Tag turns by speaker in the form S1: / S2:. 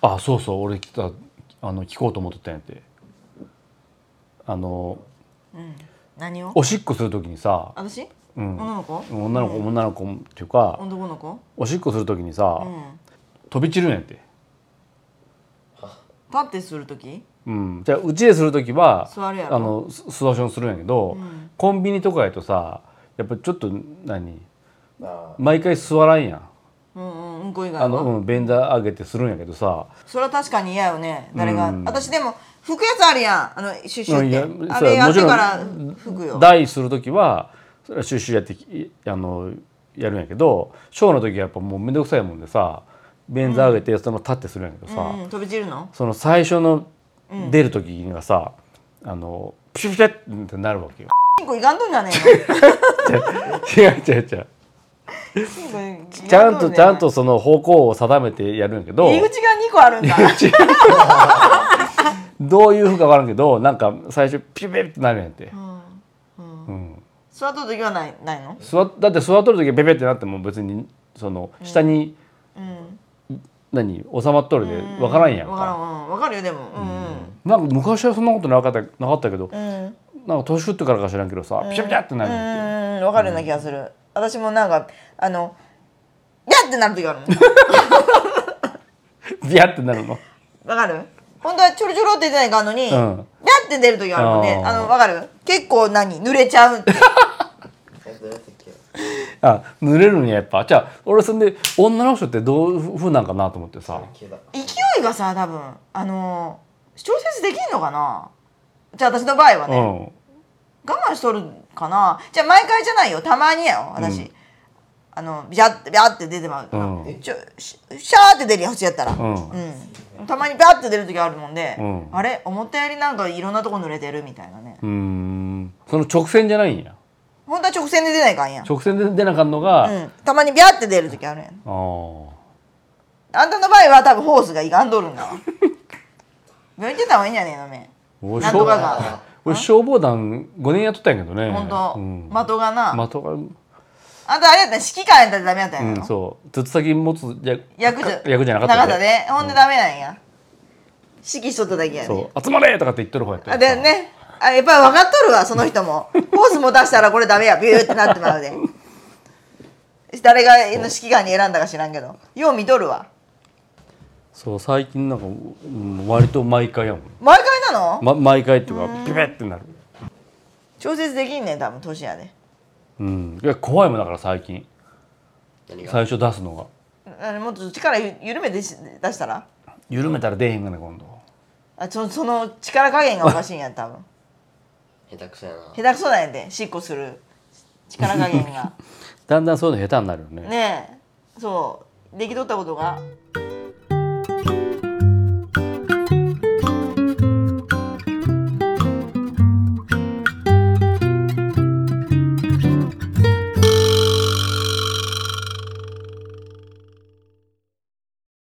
S1: あそうそう俺来たあの聞こうと思っとったんやってあの
S2: うん、何を
S1: おしっこする時にさ、
S2: 私
S1: うん、
S2: 女の子
S1: 女の子、
S2: うん
S1: 女の子っていうか、
S2: 男の子
S1: おしっこする時にさ、
S2: うん
S1: 飛び散るんやって、
S2: 立ってする時
S1: うん、じゃあうちでする時は
S2: 座るやろ
S1: あのススワションするんやけど、
S2: うん
S1: コンビニとかやとさやっぱちょっと何
S3: あ
S1: 毎回座らんやん
S2: うんうんうんこ以外は
S1: あの、うん、ベンダー上げてするんやけどさ
S2: それは確かに嫌よね誰が、
S1: うん
S2: 私でも拭くやつあるやんあのシュッシュ
S1: うんいや
S2: ってあ
S1: そう
S2: れや
S1: も
S2: って
S1: ちろん
S2: から拭くよ
S1: 台する時はそれはシュッシュやってきあのやるんやけどショーの時はやっぱもうめんどくさいもんでさベンダー上げてそのまま立ってするんやけどさ、
S2: うんうん、飛び散るの
S1: その最初の出る時にはさ、あのピシュピシュってなるわけよ。
S2: チンコいかんとんじゃねえ
S1: 違う違う違う
S2: のチンコいかんとじゃない
S1: ちゃんとちゃんとその方向を定めてやるんやけど
S2: 入り口が2個あるんだ
S1: どういうふうか分からんけどなんか最初ピュピュってなるんやって、
S2: 座った時はないないの
S1: 座っだって座っとる時はペペってなっても別にその下に、何収まっとるで分からんやん
S2: わから
S1: か、
S2: ん、うん、わかるよでもうん
S1: なんか昔はそんなことなかったなかったけど、
S2: うんうん
S1: なんか年食ってからか知らんけどさ、ピシャピシャってなるんやって。
S2: うんわかるような気がする私もなんかあのやってなる時あるもん
S1: ビャってなるの。
S2: わかる本当はちょろちょろって出ないかんのに、
S1: う
S2: や
S1: ん
S2: って出る時あるもんね
S1: あー
S2: あのわかる結構何濡れちゃうって
S3: えどうやったっけ
S1: あ、濡れるんややっぱ。じゃあ俺そんで女の人ってどういうふうなんかなと思ってさ。
S3: 毛だ
S2: 勢いがさ多分あの調節できんのかなじゃあ私の場合は
S1: う
S2: ね、
S1: ん。
S2: 我慢しとるかなじゃあ毎回じゃないよたまにやよ私、
S1: うん
S2: あのビャッてビャッて出てまうから、
S1: うん
S2: ちょシュシャーって出るやつやったら、
S1: ん
S2: うんたまにビャッて出る時あるもんで、
S1: うん
S2: あれ思ったよりなんかいろんなとこ濡れてるみたいなね、
S1: うーん。その直線じゃないんや。
S2: 本当は直線で出ないかんやん、
S1: 直線で出なあかんのが。
S2: うん、たまにビャッて出る時あるやん
S1: あ
S2: あんたの場合は多分ホースがいがんどる んだわ病院行ってた方がいいんじゃねえのめ
S1: あ。俺
S2: なん
S1: 消
S2: とかが
S1: 俺消防団五年やっとったんやけどね。
S2: 本当、
S1: うん。
S2: 的がな、
S1: まとが。うん
S2: あんたあれやったら指揮官やったらダメやったんやろ、
S1: そう。ずっと先持つ役
S2: 役じゃ
S1: 役じゃなかった
S2: なかったねほんでダメなんや指揮しとっただけやね
S1: そう。集まれとかって言っとる方やった
S2: あでねあやっぱり分かっとるわその人 もホースも出したらこれダメやビューってなってまうで誰が指揮官に選んだか知らんけどよう見とるわ
S1: そう最近なんか、うん、割と毎回やもん。
S2: 毎回なの、
S1: ま、毎回っていうかピペってなる。
S2: 調節できんねん多分年やで
S1: うん。いや怖いもんだから最近。
S3: 何が
S1: 最初出すのが。
S2: あのもっと力ゆ緩めてし出したら
S1: 緩めたら出えへんがね今度
S2: あそその力加減がおかしいんや多分
S3: 下手くそやな
S2: 下手くそなんやでしっこする力加減が
S1: だんだんそういうの下手になるよね
S2: ねえそうできとったことが。